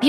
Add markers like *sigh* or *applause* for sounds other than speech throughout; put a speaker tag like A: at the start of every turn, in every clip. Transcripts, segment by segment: A: 美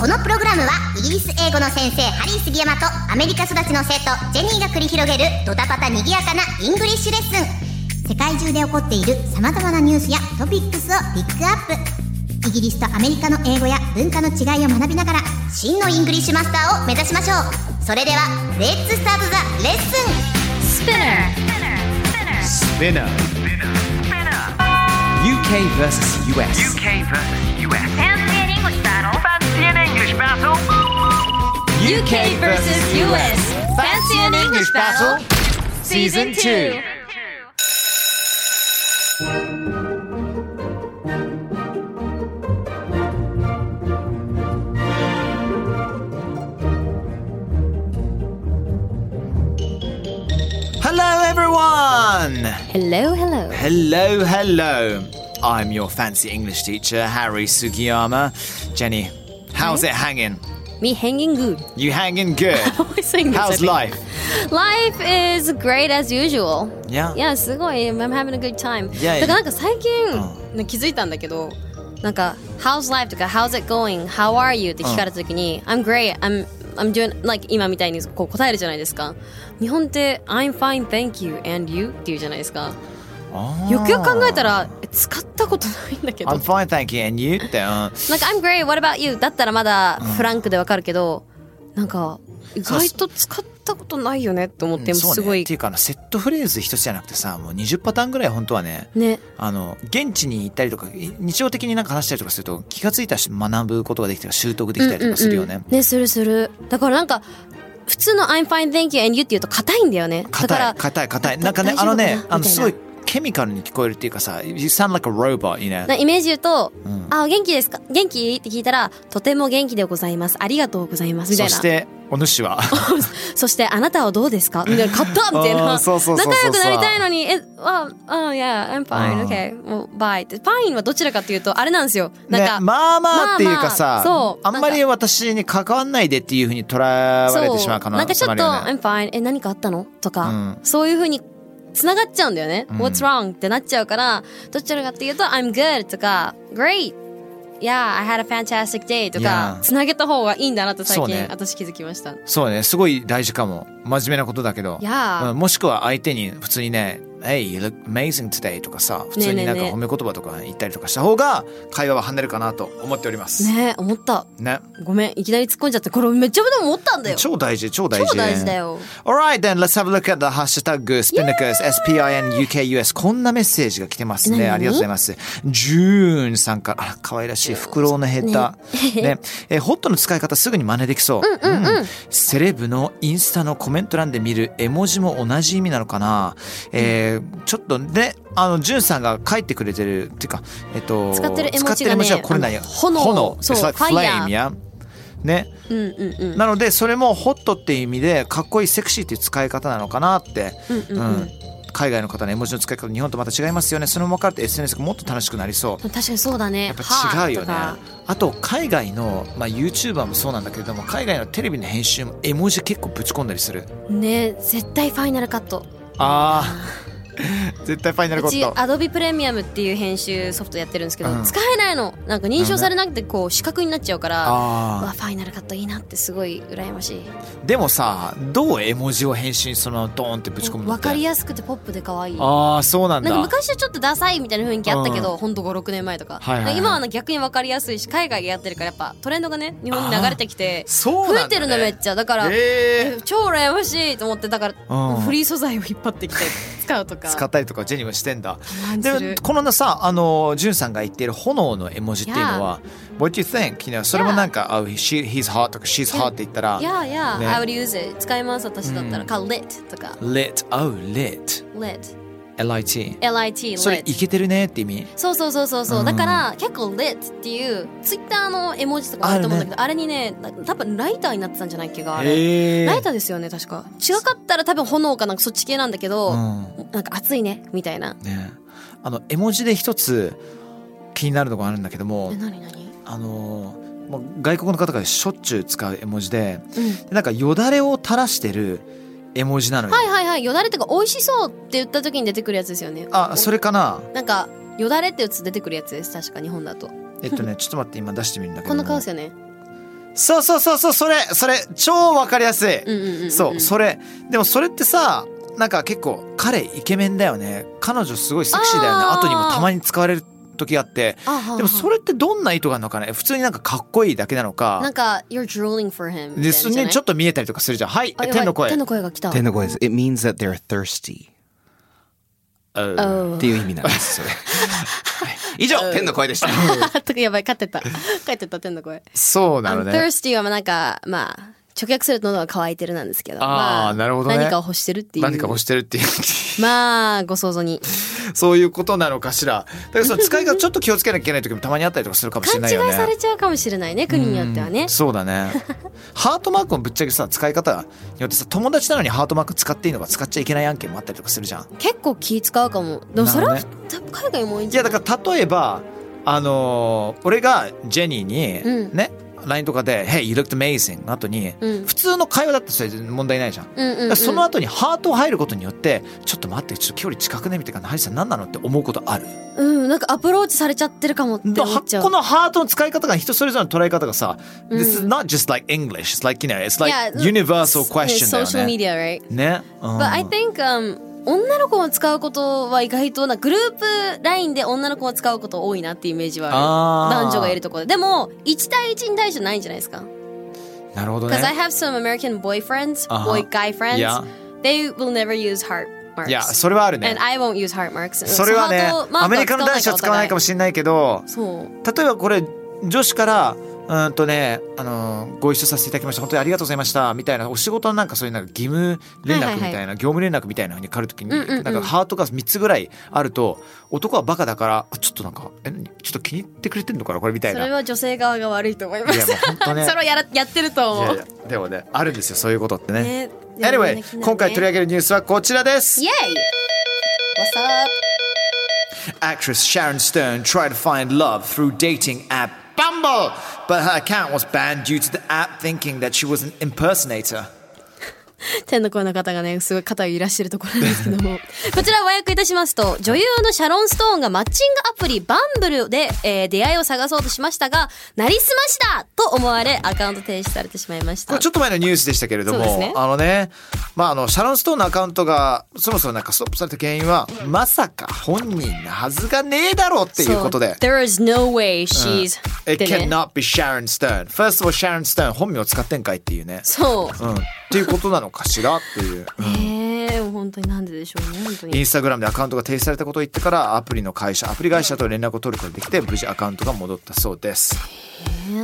B: このプログラムはイギリス英語の先生ハリー杉山とアメリカ育ちの生徒ジェニーが繰り広げるドタパタにぎやかなイングリッシュレッスン世界中で起こっている様々なニュースやトピックスをピックアップイギリスとアメリカの英語や文化の違いを学びながら真のイングリッシュマスターを目指しましょうそれではレッツスタートザレッスン
C: Spinner. UK versus US.
D: UK versus US. Fancy an English battle. Fancy an English battle.
C: UK versus US. Fancy an English battle? Season 2. Hello, everyone!
E: Hello, hello.
C: Hello, hello. I'm your fancy English teacher, Harry Sugiyama. Jenny, how's it hanging?
E: Me hanging good. *laughs*
C: You hanging good? *laughs*
E: Always saying this, I
C: How's
E: think.
C: life?
E: Life is great as usual.
C: Yeah.
E: いや、すごい。I'm having a good time.
C: Yeah,
E: だからなんか最近、気づいたんだけど、なんか、How's life? とか、How's it going? How are you? って聞かれたときに、I'm great. I'm, I'm doing, like, 今みたいにこう答えるじゃないですか。日本って I'm fine, thank you, and you? って言うじゃないですか。よくよく考えたら、え使ったことないんだけど
C: Oh, I'm。fine, thank you. And you? って、うん
E: なんか、I'm great, what about you? だったらまだフランクでわかるけど、なんか、意外と使ったことないよねって思って、もう
C: そう
E: すご
C: ね、
E: い
C: ってい。うかあのセットフレーズ一つじゃなくてさもう20パターンぐらい本当はね
E: ね。
C: あの現地に行ったりとかい日常的になんか話したりとかすると気がついたし学ぶことができたり習得できたりとかするよね。
E: ね、するする。だからなんか、普通の I'm fine, thank you, and you って言うと硬いんだよね。だか
C: 硬い
E: ら、
C: 硬い硬い
E: だ
C: なんかね
E: 大丈夫
C: あのね
E: かな
C: あの
E: みたいな
C: すごいケミカルに聞こえるっていうかさ You sound like a robot, you know?
E: なイメージ言うと、あ、お元気ですか元気って聞いたら、とても元気でございます。ありがとうございます。みたい
C: そ
E: な。
C: してお主は
E: そしてあなたはどうです
C: *laughs*
E: かみたいな、買ったみたい
C: あー
E: な。
C: そうそうそうそう
E: 仲良くなりたいのに、え、あ、あ、yeah, I'm
C: う
E: fine,
C: ん
E: okay, もう bye って。fine はどちらかというと、あれなんですよ。 *laughs* なんか、
C: ね、まあまあっていうか
E: ま
C: さ、
E: あまあそう
C: あんまり私に関わんないでっていうふうに捉われてしまう可
E: なん
C: 能
E: かち
C: 性
E: ょ
C: もあ
E: っ
C: る
E: と、
C: よね。
E: I'm fine え何かあったのとか、
C: うん
E: そういうふうに繋がっちゃうんだよね、
C: ん
E: What's wrong ってなっちゃうからどちらかっていうと I'm good とか Great Yeah I had a fantastic day とか
C: Yeah
E: つなげた方がいいんだなと最
C: そう
E: 近、
C: ね
E: 私気づきました
C: そうね、すごい大事かも。真面目なことだけど。
E: Yeah
C: うんもしくは相手に普通にね、Hey, you look amazing today とかさ、普通になんか
E: ねえねえねえ
C: 褒め言葉とか言ったりとかした方が会話は跳ねるかなと思っております。ね。
E: ねえ思ったごめんいきなり突っ込んじゃってこれめっちゃでも思ったんだよ
C: 超大事、超大事。
E: 超大事だ。よ
C: Alright then, let's have a look at the hashtag spinnakus, S-P-I-N-U-K-U-S. こんなメッセージが来てますね。
E: 何
C: ありがとうございます。ジューンさんから、あら、可愛らしい、フクロウのヘッダー。ねえーホットの使い方すぐに真似できそう。うんセレブのインスタのコメント欄で見る絵文字も同じ意味なのかなえーちょっとね、あの、ジューンさんが書いてくれてる、っていうか、えっと、
E: 使ってる絵文字がね
C: 使ってる絵文はこれ何
E: あの炎
C: 炎。
E: そう
C: It's like
E: ファイヤー
C: flame や。ね。
E: うんうんうん
C: なのでそれもホットっていう意味でかっこいいセクシーっていう使い方なのかなって、
E: うんうんうん
C: 海外の方の絵文字の使い方日本とまた違いますよねそれも分かると SNS がもっと楽しくなりそう
E: 確かにそうだね
C: やっぱ違うよね
E: Heart
C: あと海外の、まあ、YouTuber もそうなんだけれども海外のテレビの編集も絵文字結構ぶち込んだりする
E: とかねえ絶対ファイナルカット
C: あー *laughs* 絶対ファイナル
E: う
C: コ
E: ち
C: ット
E: アドビプレミアムっていう編集ソフトやってるんですけど、
C: うん
E: 使えないのなんか認証されなくてこう視覚になっちゃうから、うわ
C: あ
E: ファイナルカットいいなってすごい羨ましい
C: ーでもさどう絵文字を編集にそのままドーンってぶち込むの
E: わ
C: って
E: かりやすくてポップで可愛いなん
C: ああそうなんだ
E: か昔はちょっとダサいみたいな雰囲気あったけど、ほんと56年前とか、
C: はいはいはい
E: 今はなんか逆にわかりやすいし海外でやってるからやっぱトレンドがね日本に流れてきて
C: そうなん
E: 増
C: だ、ね、
E: えてるのめっちゃだから、
C: えー
E: え超羨ましいと思ってだから、
C: うん
E: フリー素材を引っ張ってきて使うとか
C: 使ったりとかジェニーはしてんだ
E: まにする
C: でこのなさあのジュンさんが言っている炎の絵文字っていうのは「What do you think?」You know, それもなんか「oh, she, he's hot」とか「she's hot」って言ったら
E: いやいや、
C: ね
E: I would use it 使います私だったら、か lit とか
C: 「lit」「oh lit」
E: lit
C: LIT
E: LIT
C: それイ
E: lit
C: ケてるねって意味
E: そうそうそうそうそう、
C: うん
E: だから結構 lit っていうツイッターの絵文字とかもあると思うんだけどあれ,、にねな多分ライターになってたんじゃないっけがあれ、
C: へ
E: ライターですよね確か違かったら多分炎かなんかそっち系なんだけど、
C: うん
E: なんか熱いねみたいな
C: ねあの絵文字で一つ気になるのがあるんだけども
E: え何何
C: あのーもう外国の方がしょっちゅう使う絵文字で
E: うん
C: でなんかよだれを垂らしてる絵文字なのよ、
E: はいはいはいよだれとか美味しそうって言った時に出てくるやつですよね
C: あそれかな
E: なんかよだれってやつ出てくるやつです確か日本だと
C: えっとねちょっと待って今出してみるんだけど
E: こ
C: も
E: の顔ですよね
C: そうそうそうそうそれそれ超わかりやすい、
E: うんうんうん、うん、
C: そうそれでもそれってさなんか結構彼イケメンだよね彼女すごいセクシーだよね
E: あー
C: 後にもたまに使われる時があって
E: あは
C: でもそ
E: れ
C: れってどんな意図があるのかね普通になんかかっこいいだけなのか
E: なんか you're drooling for him
C: でそれにちょっ
E: っ
C: と見えたりとかするじゃんはい
E: と
C: 天の声
E: 天の声が来た
F: Ten is it means that they're thirsty
E: お
F: っていう意味なんですそ
E: *laughs*
F: れ以上天の声でした
E: ーやばい勝ってた *laughs* 帰ってた天の声
C: そうなの
E: I'm
C: ね
E: thirsty はまあなんかまあ直訳すると喉が渇いてるなんですけど
C: あー
E: ま
C: なるほどね
E: 何かを欲してるっていう
C: 何か欲してるっていう
E: まあご想像に
C: そういうことなのかしらだからその使い方ちょっと気をつけなきゃいけない時もたまにあったりとかするかもしれな
E: 勘
C: いよ
E: 違
C: ね
E: いされちゃうかもしれないね国によっては
C: う
E: ね
C: んそうだねハートマークもぶっちゃけさ使い方によってさ友達なのにハートマーク使っていいのか使っちゃいけない案件もあったりとかするじゃん
E: 結構気使うかもでもそれは、
C: なる
E: 海外も多いん
C: い
E: じゃ
C: や
E: な
C: だ
E: い
C: から例えばあのー俺がジェニーに、
E: うん
C: ね LINE とかで「Hey you looked amazing」の後に、
E: うん
C: 普通の会話だったらそれ問題ないじゃん
E: うん
C: だ
E: うんう
C: か
E: ん
C: らその後にハート入ることによってちょっと待ってちょっと距離近くねみたいなハリさん何なのって思うことある
E: うん、なんかアプローチされちゃってるかもって
C: だ
E: 思
C: は
E: っちゃう。
C: このハートの使い方が人それぞれの捉え方がさ、
E: うん
C: This is not just like English it's like you know it's like
E: Yeah,
C: universal question だ
E: social
C: よね
E: media, right?
C: ね、うん
E: But I think, um, 女の子を使うことは意外となグループラインで女の子を使うこと多いなっていうイメージはある
C: あー
E: 男女がいるところででも1対1に対してないんじゃないですか
C: なるほど
E: Because I
C: ね
E: have some American boyfriends
C: あは
E: boy guy friends、
C: Yeah.
E: they will never use heart marks
C: いやそれはある
E: and
C: ね
E: I won't use heart marks
C: それはね
E: そうハートマーク
C: アメリカの男子は使わないかも
E: し
C: しれないけど
E: れないそう
C: 例えばこれ女子からうーんとね、あのーご一緒させていただきました本当にありがとうございましたみたいなお仕事のなんかそういうなんか義務連
E: は
C: 絡
E: いは
C: み
E: いはい
C: たいな、業務連絡みたいなのにかかるときに、
E: うんうんうん
C: なんかハートが3つぐらいあると男はバカだからあちょっとなんかえ何ちょっと気に入ってくれてんのかなこれみたい
E: そ
C: な。い
E: れ
C: や
E: は女性側が悪いと思いま
C: い
E: す
C: やもう本当ね
E: *laughs* それをやらやってると思う
C: いやでもねあるんですよそういうことってね。
E: ね
C: anyway 今回取り上げるニュースはこちら
E: *laughs*
C: です。
E: イエイ What's up?
C: Actress Sharon Stone tried to find love through dating app Bumble, but her account was banned due to the app thinking that she was an impersonator.
E: 天の声の方がねすごい肩を揺らしてるところなんですけども *laughs* こちら和訳いたしますと女優のシャロン・ストーンがマッチングアプリバンブルで、えー出会いを探そうとしましたがなりすましだと思われアカウント停止されてしまいまし
C: こ
E: た
C: れちょっと前のニュースでしたけれども、
E: そうですね
C: あのね、まああの、シャロン・ストーンのアカウントがそもそもなんかストップされた原因は、まさか本人なはずがねえだろうっていうことで。
E: そう There is no way she's、
C: It
E: でね
C: cannot be Sharon Stone. First of all, Sharon Stone 本名を使ってんかいっていうね。
E: そう
C: うん。っていうことなのかしらって
E: *laughs*
C: いう。
E: ねえ本当になんででしょうね本当
C: イ
E: に
C: ンスタグラムでアカウントが停止されたことを言ってからアプリの会社アプリ会社と連絡を取ることができて無事アカウントが戻ったそうです。
E: ね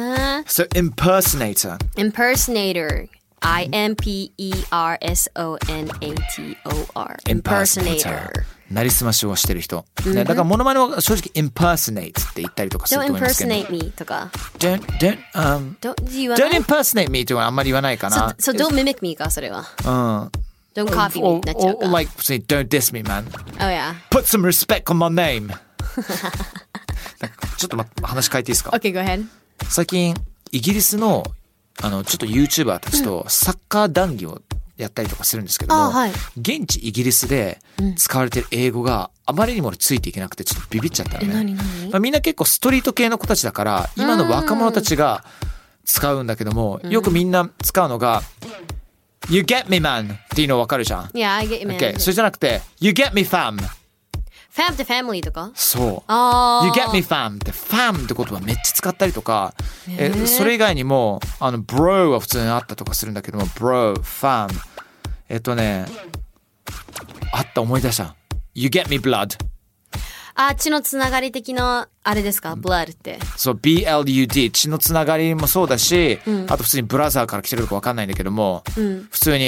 C: So impersonator
E: Impersonator I M P E R S O N A T O R Impersonator
C: なりすましをしてる人、ね、だからモノマネは正直 impersonate って言ったりとかする
E: Don't
C: と思いますけど
E: impersonate me とか
C: Don't, don't, um,
E: Don't 言わな
C: don't
E: い
C: impersonate me っていうのはあんまり言わないかな
E: So, so don't mimic me かそれは。Don't copy me
C: or,
E: になっちゃ
C: or,
E: うか。
C: or like say, don't diss me man
E: oh yeah.
C: put some respect on my
E: *laughs*
C: name なんかちょっと待って話変えていいですか
E: Okay, go ahead.
C: 最近イギリスのあのちょっと YouTuber たちとサッカー談義をやったりとかするんですけども、
E: あはい
C: 現地イギリスで使われてる英語があまりにもついていけなくてちょっとビビっちゃったのね。まあ、みんな結構ストリート系の子たちだから今の若者たちが使うんだけどもよくみんな使うのが「You get me man」っていうの分かるじゃん。
E: Yeah, I get you, man.
C: Okay. それじゃなくて「You get me fam」
E: Fam to family とか
C: そう。
E: ああ。
C: You get me fam って fam って言葉めっちゃ使ったりとか、えそれ以外にもあの bro は普通にあったとかするんだけども bro fam えっとねあった思い出した You get me blood
E: あ血のつながり的なあれですか ?blood って。
C: そう BLUD 血のつながりもそうだし、あと普通にブラザーから来てるのか分かんないんだけども、普通に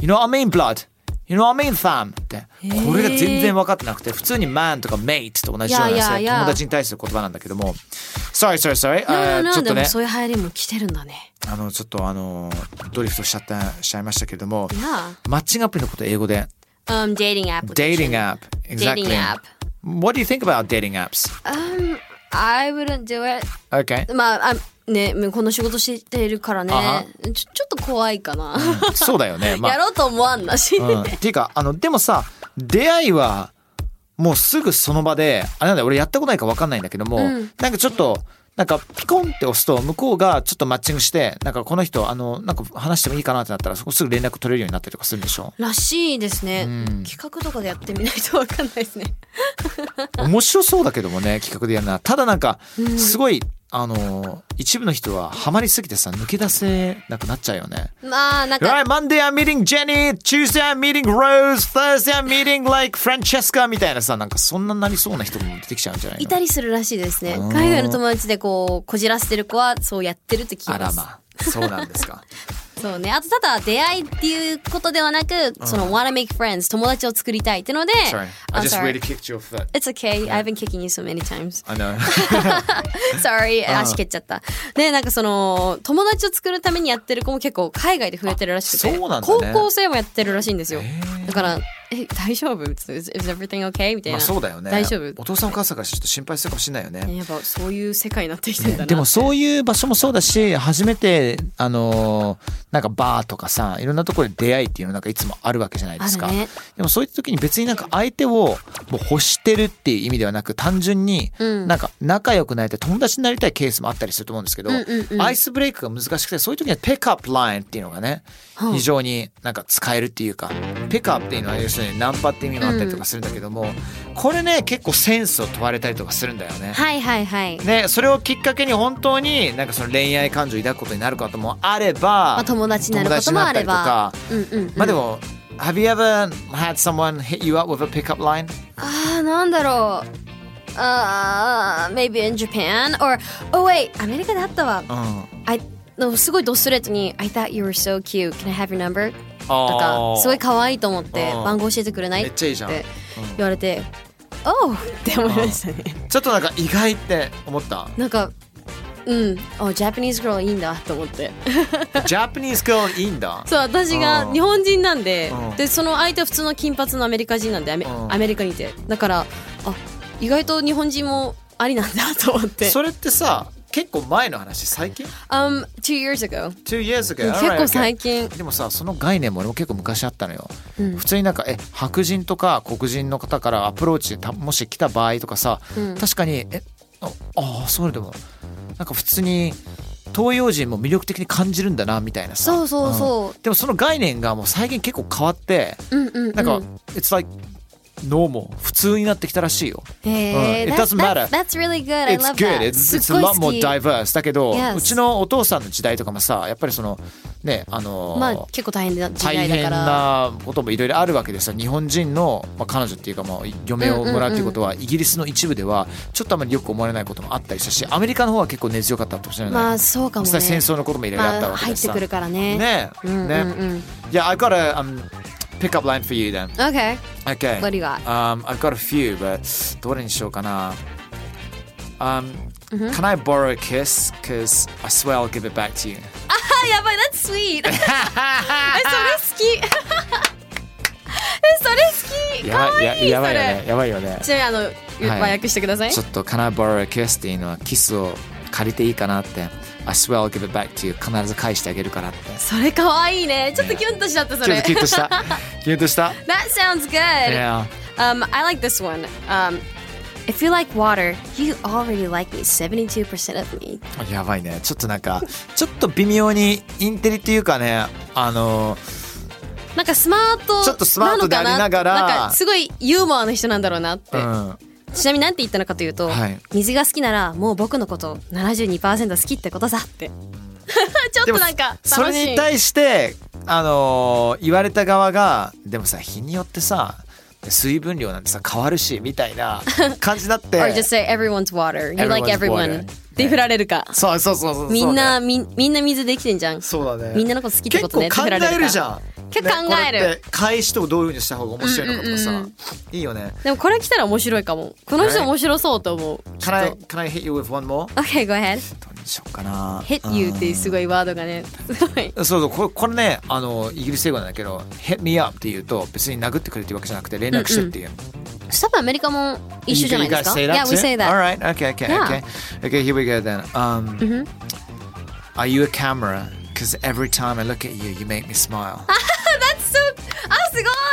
C: You know I mean blood You know what I mean, fam? って。これが全然分かってなくて、普通に man とか mate と同じような
E: Yeah,
C: や
E: yeah,
C: つで
E: yeah.
C: 友達に対する言葉なんだけども。Sorry, sorry, sorry. あー
E: No, no,
C: ちょ
E: no.
C: っ
E: で
C: と
E: も
C: ね、
E: そういう流行りも来てるんだね。
C: あの、ちょっとあの、ドリフトしちゃった、しちゃいましたけれども、
E: Yeah.
C: マッチングアプリのこと英語で、
E: Um, dating app.
C: dating app. Exactly.
E: Dating app.
C: What do you think about dating apps?
E: Um, I wouldn't do it.
C: Okay.
E: まあ、あね、もうこの仕事しているからね
C: あは、
E: ちょちょっと怖いかな。
C: そうだよね。ま
E: や
C: あ、
E: ろうと思わんなし。
C: うん、っていうか、あの、でもさ、出会いは、もうすぐその場で、あれなんだよ、俺やったことないか分かんないんだけども、なんかちょっと、なんかピコンって押すと向こうがちょっとマッチングしてなんかこの人あのなんか話してもいいかなってなったらそこすぐ連絡取れるようになったりとかするんでし *laughs* ょ
E: らしいですね、企画とかでやってみないとわかんないですね。
C: 面白そうだけどもね企画でやるなただなんかすごい、あの一部の人はハマりすぎてさ抜け出せなくなっちゃうよね
E: まあ、なんか、
C: Right, Monday I'm meeting Jenny, Tuesday I'm meeting Rose, Thursday I'm meeting like Francesca みたいなさ、なんかそんななりそうな人も出てきちゃうんじゃないの
E: いたりするらしいですね。海外の友達でこう、こじらせてる子はそうやってるって聞き
C: あ
E: ま
C: ら
E: す。
C: まあ、そうなんです
E: *laughs*
C: か。
E: そうね。あと、ただ、出会いっていうことではなく、その、wanna make friends、友達を作りたいってので、
C: Sorry,
E: I'm
C: I just
E: sorry.
C: really kicked your foot.
E: It's okay. I've been kicking you so many times. *laughs*
C: I know.
E: Sorry. 足蹴っちゃった。で、なんかその、友達を作るためにやってる子も結構海外で増えてるらしくて、
C: あそうなんだ
E: 高
C: ね
E: 校生もやってるらしいんですよ。だから、え、大丈夫 is, ?Is everything okay? みた
C: *laughs*
E: い
C: ま
E: な。
C: あそうだよね。
E: 大丈夫
C: お父さんお母さんからちょっと心配するかもしれないよね。
E: ねやっぱそういう世界になってきてんだな。
C: でもそういう場所もそうだし初めてあのーなんかバーとかさいろんなところで出会いっていうのなんかいつもあるわけじゃないですか、
E: あるね
C: でもそういった時に別になんか相手をもう欲してるっていう意味ではなく単純になんか仲良くなりたい友達になりたいケースもあったりすると思うんですけど、アイスブレイクが難しくてそういう時にはペックアップラインっていうのがね非常になんか使えるっていうかペックアップっていうのは要するにナンパっていう意味があったりとかするんだけども、これね結構センスを問われたりとかするんだよね。
E: はいはいはい。
C: ね、それをきっかけに本当になんかその恋愛感情を抱くことになることもあれば、
E: まあ友達になることもあれば
C: 友達
E: うんうん、う
C: になったり
E: ん
C: とか、まあでも、Have you ever had someone hit you up with a pickup line?
E: ああ、なんだろう。ああ、maybe in Japan or oh wait アメリカであったわ。
C: うん。
E: I のすごいドストレートに I thought you were so cute. Can I have your number? と
C: あ
E: か
C: ー
E: すごい可愛いと思って
C: うん
E: 番号教えてくれない
C: めっちゃいいじゃん
E: って言われて、oh って思いましたね。
C: ちょっとなんか意外って思った。
E: なんか。うん、あ、Japanese girl いいんだと思って。
C: Japanese girl いいんだ。
E: そう、私
C: う
E: が
C: ん
E: 日本人なんで
C: う、ん
E: で、その相手は普通の金髪のアメリカ人なんで、アメ
C: うん
E: アメリカにいて。だから、あ、意外と日本人もありなんだと思って。
C: それってさ、結構前の話、最近
E: Um, two years ago.
C: ?2 years ago.
E: 結構最近。
C: でもさその概念も俺も結構昔あったのよ、普通になんかえ白人とか黒人の方からアプローチでたもし来た場合とかさ、確かにえああーそうでもなんか普通に東洋人も魅力的に感じるんだなみたいなさ
E: そうそうそ
C: んでもその概念がもう最近結構変わって
E: うんうんうん。
C: なんか、it's like normal 普通になってきたらしいよ
E: へ
C: うん
E: ー
C: It doesn't matter.
E: That's, that's really good. I
C: It's
E: love
C: good.
E: that.
C: It's,
E: す
C: it's
E: っ
C: a
E: ごい
C: lot
E: 好
C: more
E: き。
C: diverse. だけど、
E: Yes.
C: うちのお父さんの時代とかもさ、やっぱりその、ね、あのー
E: まあ結構大変な時
C: 大
E: 代だ
C: 変
E: から。
C: なこともいろいろあるわけですよ日本人の、まあ、彼女っていうか、まあ、嫁をもらうっていうことは、イギリスの一部ではちょっとあまりよく思われないこともあったりしたしアメリカの方は結構根強かったかもしれない、
E: まあそうかも
C: 実
E: ね。
C: 際戦争のこともいろいろあった
E: まあ
C: わけ
E: 入
C: で
E: って
C: さ、
E: くるからね。
C: ねえ、
E: うんうん
C: ね
E: うん。
C: Yeah I've got a、um, pickup line for you then
E: Okay.
C: Okay
E: What do you got?
C: Um, I've got a few but どれにしようかな Um, Can I borrow a kiss? Cause I swear I'll give it back to you.
E: *laughs* あやばい That's sweet. えそ *laughs* れ好き。えそれ好き。可愛いい
C: やばいよ
E: そ
C: ね。やばいよね
E: れ。。ちなみにあの
C: い
E: 和訳してください
C: ちょ。っと「Can I borrow a kiss?」っていうのはキスを借りていいかなって「I swear I'll give it back to you」必ず返してあげるからって
E: それ可愛いね。ちょっとキュンとしちゃったそ
C: ちょっ
E: れ
C: と。キュッとしたキュッとした
E: *laughs* That sounds good.
C: Yeah
E: Um, I like this one. Um, if you like water, you already like me 72% of me.
C: やばいねちょっとなんかちょっと微妙にインテリっていうかねあの
E: なんかスマート
C: ちょっとスマートでありながら
E: のかななんかすごいユーモアの人なんだろうなって、
C: うん
E: ちなみになんて言ったのかというと、
C: はい
E: 水が好きならもう僕のこと72%好きってことさって
C: *laughs*
E: ちょっとなんか
C: そ
E: 楽しい
C: れに対してあの言われた側がでもさ日によってさ水分量なんてさ変わるしみたいな感じになっ
E: *laughs* Or just
C: て
E: say everyone's water You like
C: Everyone's
E: everyone
C: water
E: って振られるか
C: *laughs* そうそうそうそうそうね
E: みんなみみんな水できてんじゃん
C: そうだね
E: みんなのこと好きってことね
C: 結構考えるじゃん
E: 結構考える
C: ねこれって返しとどういうふうにした方が面白いのかとかさ、
E: うんうんうん
C: いいよね
E: でもこれ来たら面白いかもこの人面白そうと思う、
C: Can I, can I hit you with one more?
E: OK go ahead
C: どうにしようかな
E: hit you っていうすごいワードがねすごい
C: そうそうこれこれねあのイギリス英語なんだけど「hit me up」って言うと別に殴ってくれっていうわけじゃなくて連絡してっていう、
E: 多分アメリカも一緒じゃないですか
C: You
E: Yeah
C: guys
E: we
C: say
E: say
C: that too?
E: that
C: Alright, okay, okay,
E: Yeah.
C: okay. Okay, here we go then. Um, Are you a camera? Because every time I look at you, you make me
E: *laughs*
C: smile. *laughs*
E: *laughs* That's so あす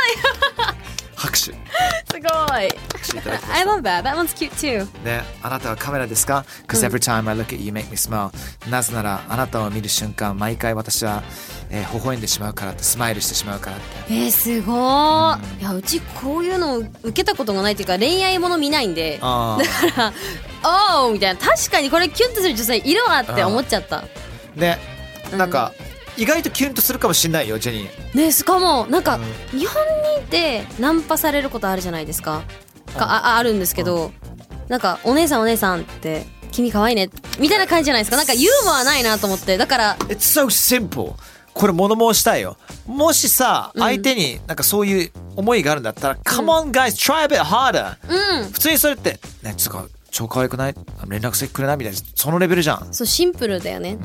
C: 拍手。
E: ごいすごい I love that that one's cute too
C: ね、あなたはカメラですか ?Because every time I look at you, you make me smile. なぜなら、あなたを見る瞬間、毎回私は、えー微笑んでしまうからって、スマイルしてしまうからって。
E: えー、すごー、いやうちこういうの受けたことがないっていうか恋愛もの見ないんでだ
C: あ *laughs* ー
E: から *laughs* 「おーみたいな確かにこれキュンとする女性いるわって思っちゃった
C: ね、なんか、意外とキュンとするかもしれないよ、ジェニー。
E: ねしかもなんか、日本にいてナンパされることあるじゃないですかかあああるんですけど、なんか「お姉さんお姉さん」って「君可愛いね」みたいな感じじゃないですかなんかユーモアないなと思ってだから
C: It's so simple. これ物申したいよ。もしさ、相手になんかそういう思いがあるんだったら、Come on guys, try a bit harder!
E: うん
C: 普通にそれって、ね、つうか、超可愛くない連絡先くれないみたいな、そのレベルじゃん。
E: そうシンプルだよね、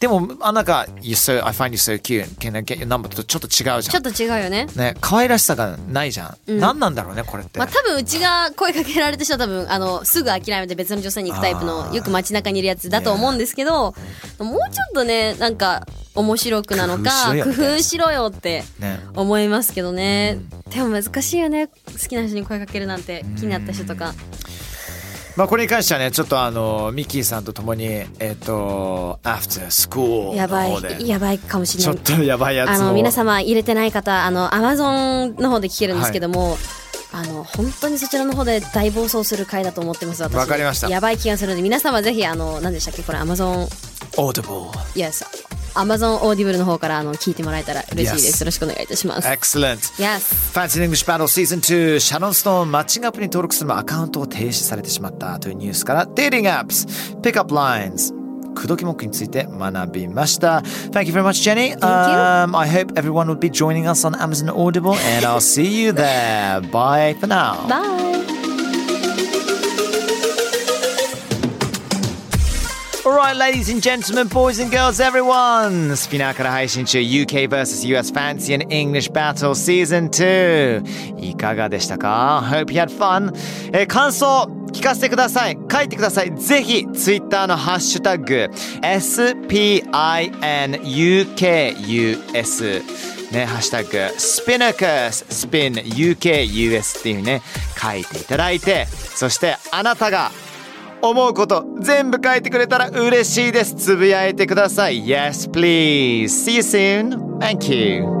C: でも、あなんか、You so, I find you so cute, can I get your number? とちょっと違うじ
E: ち
C: ゃ
E: ょっ
C: ん。
E: と違うよね
C: ね、可愛らしさがないじゃん。何なんだろうね、これって。
E: まあ、多分うちが声かけられた人は多分あのすぐ諦めて別の女性に行くタイプ
C: あ
E: の
C: ー
E: よく街中にいるやつだと思うんですけど、もうちょっとねなんか面白くなのか
C: 工
E: 工
C: 夫しろよ
E: 夫しろよって
C: ね。
E: 思いますけどね、でも難しいよね好きな人に声かけるなんて気になった人とか、
C: まあ、これに関してはね、ちょっとあの、ミッキーさんと共に、えっ、と、After School の
E: やば
C: 方で。
E: いやばいかもしれ
C: ち
E: な
C: ょ
E: い
C: っとやばいや
E: あ
C: つ
E: の
C: も。
E: 皆様入れてない方あのアマゾンの方で聞けるんですけども、あの本当にそちらの方で大暴走する回だと思ってます私
C: わかりました
E: やばい気がするので皆様ぜひあの何でしたっけこれアマゾン
C: Audible.
E: Yes アマゾンオーディブルの方からあの聞いてもらえたら嬉しいです、
C: Yes
E: よろしくお願いいたします
C: Excellent.
E: Yes
C: Fancy English Battle Season 2シャロンストーンマッチングアプリに登録するもアカウントを停止されてしまったというニュースからデ a テ i リングアップス、ピックアップラインズ、口説き文句について学びました。Thank you very much, Jenny. Um, I hope everyone will be joining us on Amazon Audible and I'll see you there. Bye for now.
E: Bye
C: Alright, ladies and gentlemen, boys and girls, everyone! スピナーから配信中 UK vs.US Fancy and English Battle Season 2! いかがでしたか ?Hope you had fun! えー感想聞かせてください書いてくださいぜひ Twitter のハッシュタグ SPINUKUS ね、ハッシュタグ、スピナカス、スピン UKUS っていうね、書いていただいて、そしてあなたが思うこと全部書いてくれたら嬉しいですつぶやいてください Yes please See you soon Thank you